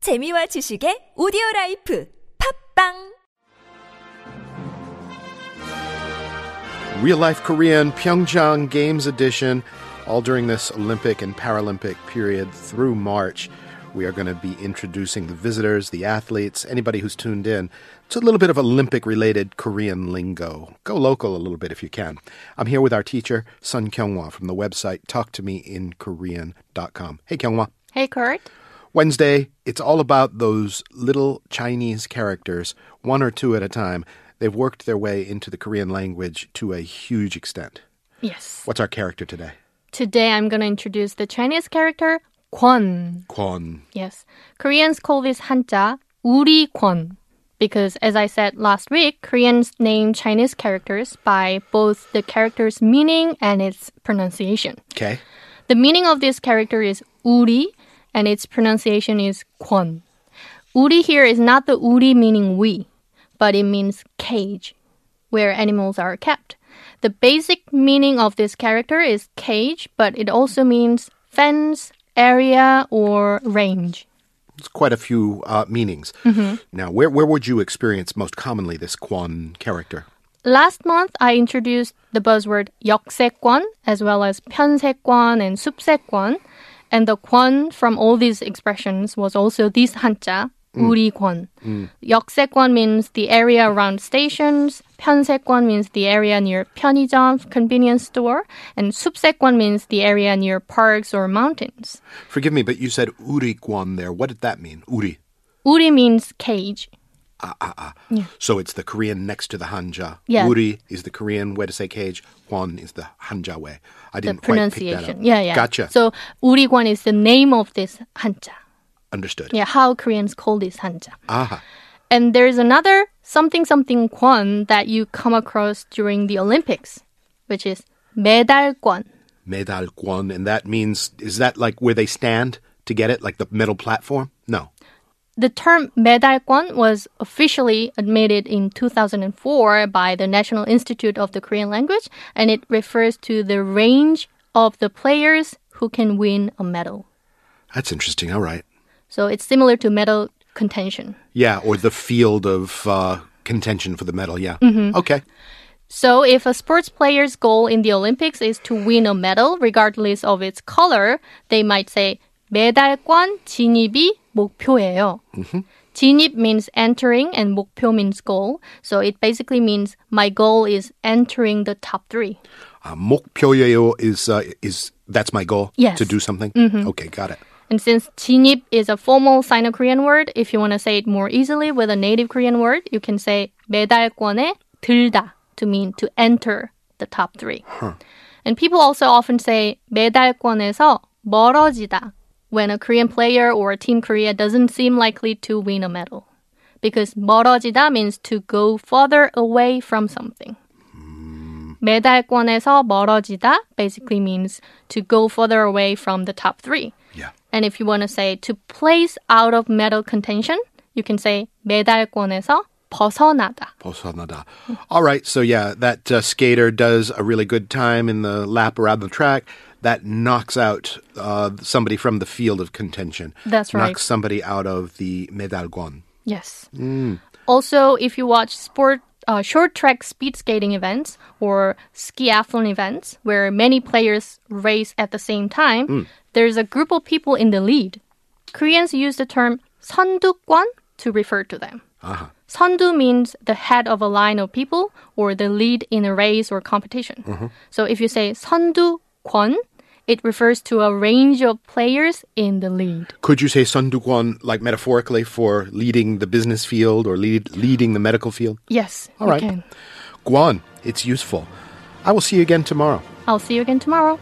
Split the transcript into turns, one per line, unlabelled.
재미와 지식의 오디오 라이프 팝빵!
Real Life Korean Pyeongchang Games Edition. All during this Olympic and Paralympic period through March, we are going to be introducing the visitors, the athletes, anybody who's tuned in to a little bit of Olympic related Korean lingo. Go local a little bit if you can. I'm here with our teacher, Sun Kyungwa, from the website talktomeinkorean.com. Hey, Kyungwa.
Hey, Kurt.
Wednesday, it's all about those little Chinese characters, one or two at a time. They've worked their way into the Korean language to a huge extent.
Yes.
What's our character today?
Today I'm going to introduce the Chinese character Kwon.
Kwon.
Yes. Koreans call this hanja 우리 Kwon because as I said last week, Koreans name Chinese characters by both the character's meaning and its pronunciation.
Okay.
The meaning of this character is 우리 and its pronunciation is Kwon. 우리 here is not the 우리 meaning we, but it means cage, where animals are kept. The basic meaning of this character is cage, but it also means fence, area, or range.
It's quite a few uh, meanings.
Mm-hmm.
Now, where, where would you experience most commonly this Kwon character?
Last month, I introduced the buzzword 역세권 as well as 편세권 and 숲세권, and the 권 from all these expressions was also this 한자
Mm.
우리 권. 역세권 means the area around stations, 편세권 means the area near 편의점, convenience store, and 숲세권 means the area near parks or mountains.
Forgive me, but you said Uri Kwon there. What did that mean? Uri.
우리 means cage.
So it's the Korean next to the Hanja.
Yeah.
Uri is the Korean way to say cage. Kwon is the Hanja way. I
the
didn't quite pick that up.
pronunciation. Yeah, yeah.
Gotcha.
So 우리관 is the name of this hanja.
Understood.
Yeah, how Koreans call this hanja.
Aha.
And there's another something something kwon that you come across during the Olympics, which is medalkwon.
Medal Kwon. And that means, is that like where they stand to get it? Like the metal platform? No.
The term medalkwon was officially admitted in 2004 by the National Institute of the Korean Language, and it refers to the range of the players who can win a medal.
That's interesting. All right.
So it's similar to medal contention.
Yeah, or the field of uh, contention for the medal. Yeah.
Mm-hmm.
Okay.
So if a sports player's goal in the Olympics is to win a medal, regardless of its color, they might say 메달권 진입이 목표예요. 진입 means entering and 목표 means goal. So it basically means my goal is entering the top three.
Uh, 목표예요 is uh, is that's my goal.
Yes. Mm-hmm.
To do something. Okay, got it.
And since 진입 is a formal Sino-Korean word, if you want to say it more easily with a native Korean word, you can say 메달권에 들다 to mean to enter the top three. And people also often say 메달권에서 멀어지다 when a Korean player or a Team Korea doesn't seem likely to win a medal. Because 멀어지다 means to go further away from something. 메달권에서 멀어지다 basically means to go further away from the top three.
Yeah.
And if you want to say to place out of medal contention, you can say 메달권에서 벗어나다.
벗어나다. All right, so yeah, that uh, skater does a really good time in the lap around the track. That knocks out uh, somebody from the field of contention.
That's right.
Knocks somebody out of the medalgon.
Yes.
Mm.
Also, if you watch sport uh, short track speed skating events or skiathlon events where many players race at the same time,
Mm.
there's a group of people in the lead. Koreans use the term 선두권 to refer to them.
Uh-huh.
선두 means the head of a line of people or the lead in a race or competition.
Mm-hmm.
So if you say 선두권, it refers to a range of players in the lead.
Could you say Sundukwan, like metaphorically, for leading the business field or lead, leading the medical field?
Yes.
All right.
Okay.
Guan, it's useful. I will see you again tomorrow.
I'll see you again tomorrow.